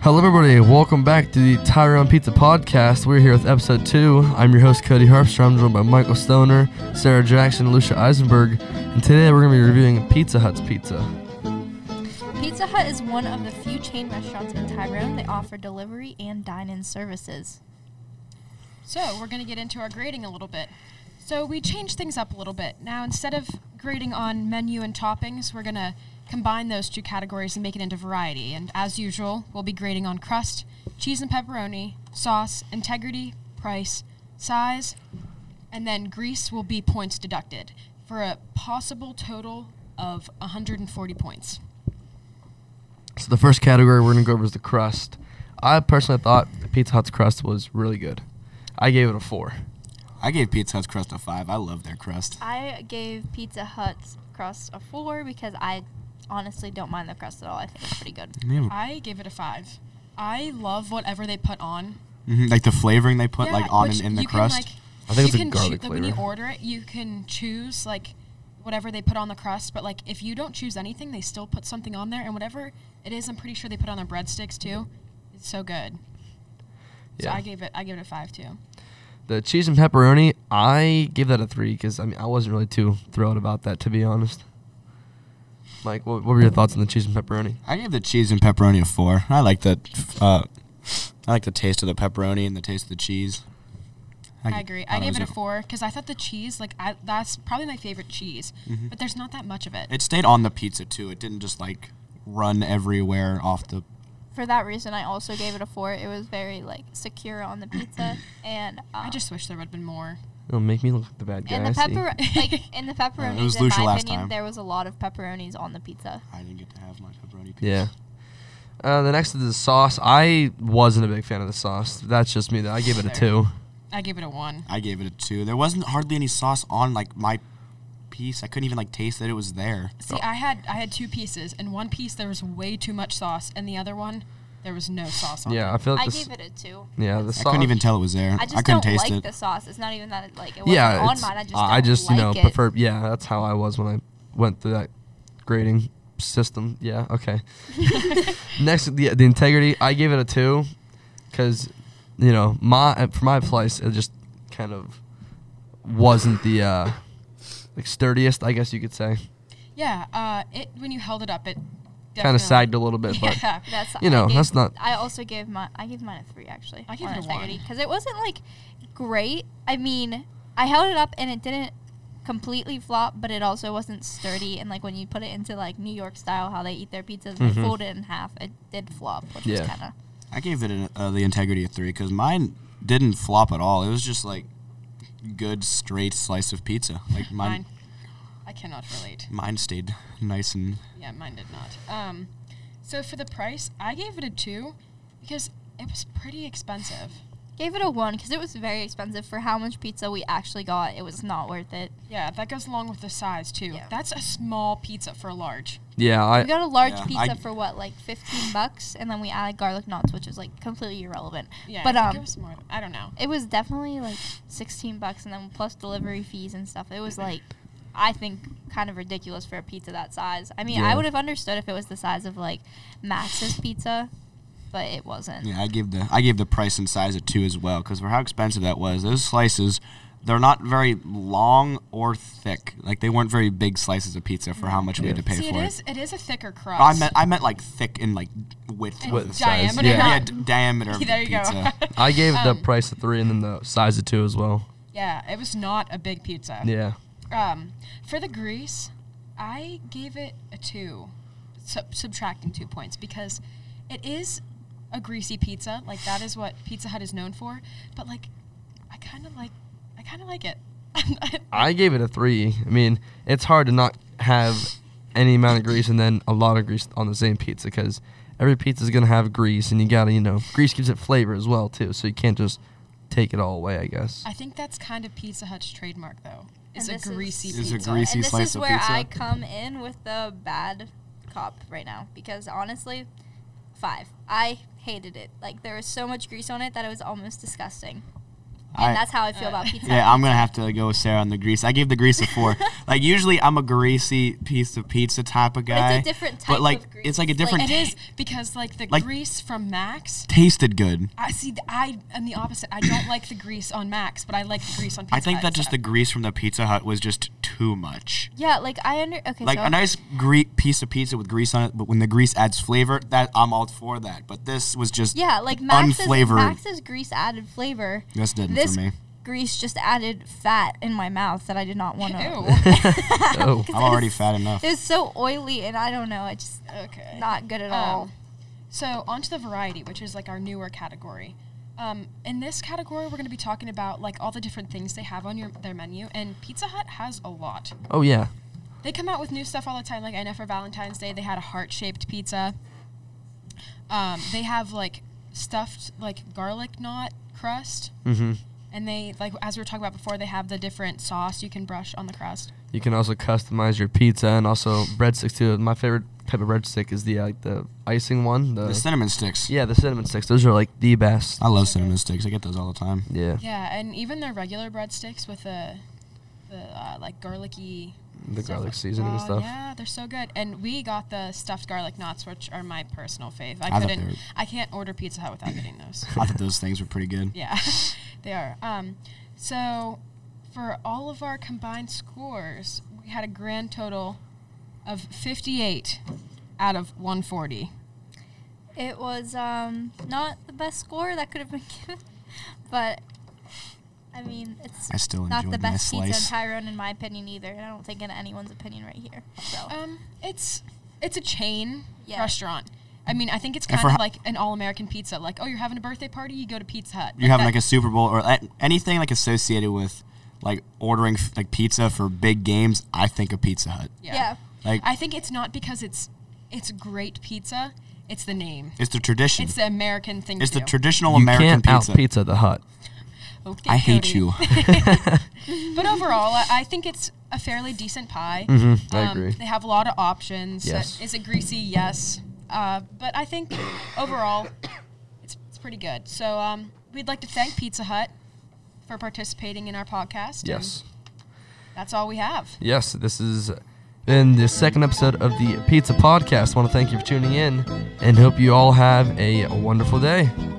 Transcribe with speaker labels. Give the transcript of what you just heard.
Speaker 1: Hello, everybody. Welcome back to the Tyrone Pizza Podcast. We're here with episode two. I'm your host, Cody Harpstrom, joined by Michael Stoner, Sarah Jackson, and Lucia Eisenberg. And today we're going to be reviewing Pizza Hut's pizza.
Speaker 2: Pizza Hut is one of the few chain restaurants in Tyrone that offer delivery and dine-in services.
Speaker 3: So we're going to get into our grading a little bit. So we changed things up a little bit. Now instead of grading on menu and toppings, we're going to combine those two categories and make it into variety. And as usual, we'll be grading on crust, cheese and pepperoni, sauce, integrity, price, size, and then grease will be points deducted for a possible total of 140 points.
Speaker 1: So, the first category we're going to go over is the crust. I personally thought Pizza Hut's crust was really good. I gave it a four.
Speaker 4: I gave Pizza Hut's crust a five. I love their crust.
Speaker 2: I gave Pizza Hut's crust a four because I honestly don't mind the crust at all. I think it's pretty good. Uh,
Speaker 3: I gave it a 5. I love whatever they put on.
Speaker 4: Mhm, Like the flavoring they put like on
Speaker 3: which
Speaker 4: and in the
Speaker 3: you
Speaker 4: crust.
Speaker 3: Can, like,
Speaker 1: I think
Speaker 3: you
Speaker 1: it's a
Speaker 3: can
Speaker 1: garlic
Speaker 3: choo- like, When you
Speaker 1: flavor.
Speaker 3: order it, you can choose like whatever they put on the crust. But like if you don't choose anything, they still put something on there, and whatever it is, I'm pretty sure they put on their breadsticks too. It's so good. So
Speaker 1: Yeah.
Speaker 3: I gave it. I gave it a five too.
Speaker 1: The cheese and pepperoni, I gave that a three because I mean I wasn't really too thrilled about that to be honest. Like, what, what were your thoughts on the cheese and pepperoni?
Speaker 4: I gave the cheese and pepperoni a four. I like the, uh, I like the taste of the pepperoni and the taste of the cheese.
Speaker 3: I agree. I
Speaker 4: thought
Speaker 3: gave it a
Speaker 4: was
Speaker 3: four because I thought the cheese, like I, that's probably my favorite cheese, but there's not that much of it.
Speaker 4: Mm-hmm. It stayed on the pizza too. It didn't just like run everywhere off the.
Speaker 2: For that reason, I also gave it a four. It was very like secure on the pizza, and um,
Speaker 3: I just wish there would have been more.
Speaker 1: It'll make me look like the bad guy.
Speaker 2: and the
Speaker 1: I see.
Speaker 2: pepper like in the pepperonis.
Speaker 4: was
Speaker 2: in
Speaker 4: Lucia
Speaker 2: my
Speaker 4: last
Speaker 2: opinion,
Speaker 4: time.
Speaker 2: there was a lot of pepperonis on the pizza.
Speaker 4: I didn't get to have my pepperoni pizza.
Speaker 1: Yeah. Uh, the next is the sauce. I wasn't a big fan of the sauce. That's just me. Though. I gave it a two.
Speaker 3: I gave it a one.
Speaker 4: I gave it a two. There wasn't hardly any sauce on like my piece. I couldn't even like taste that it was there.
Speaker 3: See,
Speaker 1: Oh.
Speaker 3: I had I had two pieces, and one piece there was way too much sauce, and the other one there was no sauce on.
Speaker 1: Yeah, I feel like
Speaker 2: I
Speaker 1: this.
Speaker 2: gave it a two.
Speaker 1: yeah, the
Speaker 4: I
Speaker 1: sauce.
Speaker 4: couldn't even tell it was there.
Speaker 2: I just
Speaker 4: couldn't
Speaker 2: don't
Speaker 4: taste
Speaker 2: like
Speaker 4: it.
Speaker 2: the sauce. It's not even that it, like it wasn't
Speaker 1: Yeah,
Speaker 2: on
Speaker 1: it's-
Speaker 2: mine. I just
Speaker 1: I I
Speaker 2: don't
Speaker 1: just you
Speaker 2: like
Speaker 1: know
Speaker 2: it.
Speaker 1: prefer. Yeah, that's how I was when I went through that grading system. Yeah. Okay. next, the the integrity. I gave it a two, because you know my for my place it just kind of wasn't the uh, like sturdiest. I guess you could say.
Speaker 3: Yeah, uh, it when you held it up, it
Speaker 1: Kind of sagged a little bit, but
Speaker 3: Yeah.
Speaker 2: That's
Speaker 1: You know,
Speaker 2: I gave,
Speaker 1: that's not-
Speaker 2: I also gave my I gave mine a three actually.
Speaker 3: I gave it a one.
Speaker 2: because it wasn't like great. I mean, I held it up and it didn't completely flop, but it also wasn't sturdy. And like when you put it into like New York style, how they eat their pizzas, and they
Speaker 1: Mhm.
Speaker 2: fold it in half. It did flop, which
Speaker 1: Yeah.
Speaker 2: was kind of
Speaker 4: I gave it an, uh, the integrity of three because mine didn't flop at all. It was just like good straight slice of pizza. Like mine,
Speaker 3: mine. I cannot relate.
Speaker 4: mine, stayed nice and
Speaker 3: Yeah, mine did not. Um, so for the price, I gave it a two because it was pretty expensive.
Speaker 2: gave it a one because it was very expensive for how much pizza we actually got. It was not worth it.
Speaker 3: Yeah, that goes along with the size too.
Speaker 2: Yeah.
Speaker 3: That's a small pizza for a large.
Speaker 1: yeah, I
Speaker 2: We got a large
Speaker 4: Yeah,
Speaker 2: pizza
Speaker 4: I-
Speaker 2: for what, like fifteen bucks, and then we added garlic knots, which is like completely irrelevant.
Speaker 3: Yeah,
Speaker 2: but
Speaker 3: I
Speaker 2: um,
Speaker 3: think it was more. I don't know.
Speaker 2: it was definitely like 16 bucks and then plus delivery fees and stuff it was like i think kind of ridiculous for a pizza that size i mean
Speaker 1: Yeah.
Speaker 2: i would have understood if it was the size of like max's pizza but it wasn't
Speaker 4: yeah. I gave the I gave the price and size a two as well because for how expensive that was, those slices they're not very long or thick. Like they weren't very big slices of pizza for how much we had to pay
Speaker 3: See, it
Speaker 4: for
Speaker 3: is it is a thicker crust.
Speaker 4: I meant I meant like thick and like width.
Speaker 3: And
Speaker 4: of the
Speaker 1: Width.
Speaker 4: size.
Speaker 1: size,
Speaker 3: diameter.
Speaker 1: yeah.
Speaker 4: Yeah,
Speaker 3: not-
Speaker 4: d- diameter of the
Speaker 3: there you
Speaker 4: pizza.
Speaker 3: go.
Speaker 1: I gave the
Speaker 3: Um,
Speaker 1: price a three and then the size a two as well.
Speaker 3: Yeah, it was not a big pizza.
Speaker 1: Yeah.
Speaker 3: Um, for the grease, I gave it a two, sub- subtracting two points because it is a greasy pizza. Like that is what Pizza Hut is known for. But like, I kind of like, I kind of like it.
Speaker 1: I gave it a three. I mean, it's hard to not have any amount of grease and then a lot of grease on the same pizza because every pizza is gonna have grease, and you gotta, you know, grease gives it flavor as well too. So you can't just take it all away. I guess.
Speaker 3: I think that's kind of Pizza Hut's trademark, though. It's
Speaker 2: And
Speaker 3: a
Speaker 2: this is-
Speaker 3: greasy
Speaker 4: It's a
Speaker 3: pizza.
Speaker 4: greasy-
Speaker 2: and this
Speaker 4: slice
Speaker 2: is
Speaker 4: of
Speaker 2: where
Speaker 4: pizza.
Speaker 2: i come in with the bad cop right now because honestly five i hated it like there was so much grease on it that it was almost disgusting and
Speaker 4: I-
Speaker 2: that's how I feel about pizza.
Speaker 4: Yeah, I'm gonna have to go with Sarah on the grease. I gave the grease a four. like usually, I'm a greasy piece of pizza type of
Speaker 2: it's a
Speaker 4: guy.
Speaker 2: different type
Speaker 4: But like,
Speaker 2: of
Speaker 4: it's like a
Speaker 2: grease. Like,
Speaker 4: different.
Speaker 3: It is because like the
Speaker 4: Like-
Speaker 3: grease from Max.
Speaker 4: tasted good.
Speaker 3: I see. th- I am the opposite. I don't like the grease on Max, but I like the grease on Pizza
Speaker 4: I think
Speaker 3: Hut,
Speaker 4: that just
Speaker 3: so.
Speaker 4: the grease from the Pizza Hut was just too much.
Speaker 2: Yeah, like I under okay.
Speaker 4: Like
Speaker 2: so
Speaker 4: a nice gre- piece of pizza with grease on it, but when the grease adds flavor, that I'm all for that. But this was just
Speaker 2: yeah, like Max's
Speaker 4: unflavored.
Speaker 2: Max's grease added flavor.
Speaker 4: This didn't
Speaker 2: This
Speaker 4: for me.
Speaker 2: grease just added fat in my mouth that I did not want to.
Speaker 3: Ew.
Speaker 1: Oh,
Speaker 4: I'm already fat enough.
Speaker 2: It's so oily, and I don't know. It's just
Speaker 3: okay.
Speaker 2: not good at
Speaker 3: Um,
Speaker 2: all.
Speaker 3: So onto the variety, which is like our newer category. Um, in this category, we're going to be talking about like all the different things they have on your their menu, and Pizza Hut has a lot.
Speaker 1: oh yeah.
Speaker 3: They come out with new stuff all the time. Like I know for Valentine's Day, they had a heart shaped pizza. Um, they have like stuffed like garlic knot crust,
Speaker 1: Mm-hmm.
Speaker 3: and they like as we were talking about before, they have the different sauce you can brush on the crust.
Speaker 1: You can also customize your pizza and also breadsticks too. My favorite type of breadstick is the uh, like the icing one. The,
Speaker 4: The cinnamon sticks.
Speaker 1: yeah, the cinnamon sticks. Those are like the best.
Speaker 4: I love cinnamon sticks. I get those all the time.
Speaker 1: Yeah,
Speaker 3: Yeah, and even their regular breadsticks with the the uh, like garlicky
Speaker 1: the
Speaker 3: stuff.
Speaker 1: garlic seasoning and
Speaker 3: Oh,
Speaker 1: stuff.
Speaker 3: Yeah, they're so good. And we got the stuffed garlic knots, which are my personal fave. I,
Speaker 4: thought they
Speaker 3: couldn't.
Speaker 4: were-
Speaker 3: I can't order Pizza Hut without getting those.
Speaker 4: I thought those things were pretty good.
Speaker 3: yeah, they are. Um, so for all of our combined scores, we had a grand total of 58 out of 140.
Speaker 2: It was um, not the best score that could have been given, but I mean, it's
Speaker 4: I still
Speaker 2: not the
Speaker 4: enjoyed my
Speaker 2: best pizza in
Speaker 4: slice.
Speaker 2: Tyrone, in my opinion, either. And I don't think in anyone's opinion right here. So
Speaker 3: Um, it's it's a chain
Speaker 2: Yeah.
Speaker 3: restaurant. I mean, I think it's
Speaker 4: And
Speaker 3: kind
Speaker 4: for
Speaker 3: of
Speaker 4: ho-
Speaker 3: like an all-American pizza. Like, oh, you're having a birthday party, you go to Pizza Hut.
Speaker 4: You're having
Speaker 3: that-
Speaker 4: like a Super Bowl or a- anything like associated with like ordering f- like pizza for big games. I think of Pizza Hut.
Speaker 2: yeah.
Speaker 4: Like
Speaker 3: I think it's not because it's it's great pizza. It's the name.
Speaker 4: it's the tradition.
Speaker 3: It's the American thing.
Speaker 4: It's
Speaker 3: to do.
Speaker 4: the
Speaker 3: Oh,
Speaker 4: traditional
Speaker 1: you
Speaker 4: American
Speaker 1: can't
Speaker 4: pizza.
Speaker 1: out pizza the hut.
Speaker 3: Okay,
Speaker 4: I hate
Speaker 3: Cody.
Speaker 4: you.
Speaker 3: But overall, I, I think it's a fairly decent pie. Um,
Speaker 1: Mm-hmm. I agree.
Speaker 3: They have a lot of options. Uh,
Speaker 1: Yes.
Speaker 3: Is it greasy? Yes. Uh, but I think overall, it's, it's pretty good. So um, we'd like to thank Pizza Hut for participating in our podcast. and
Speaker 1: Yes.
Speaker 3: that's all we have.
Speaker 1: Yes, this is in the second episode of the Pizza Podcast. want to thank you for tuning in and hope you all have a wonderful day.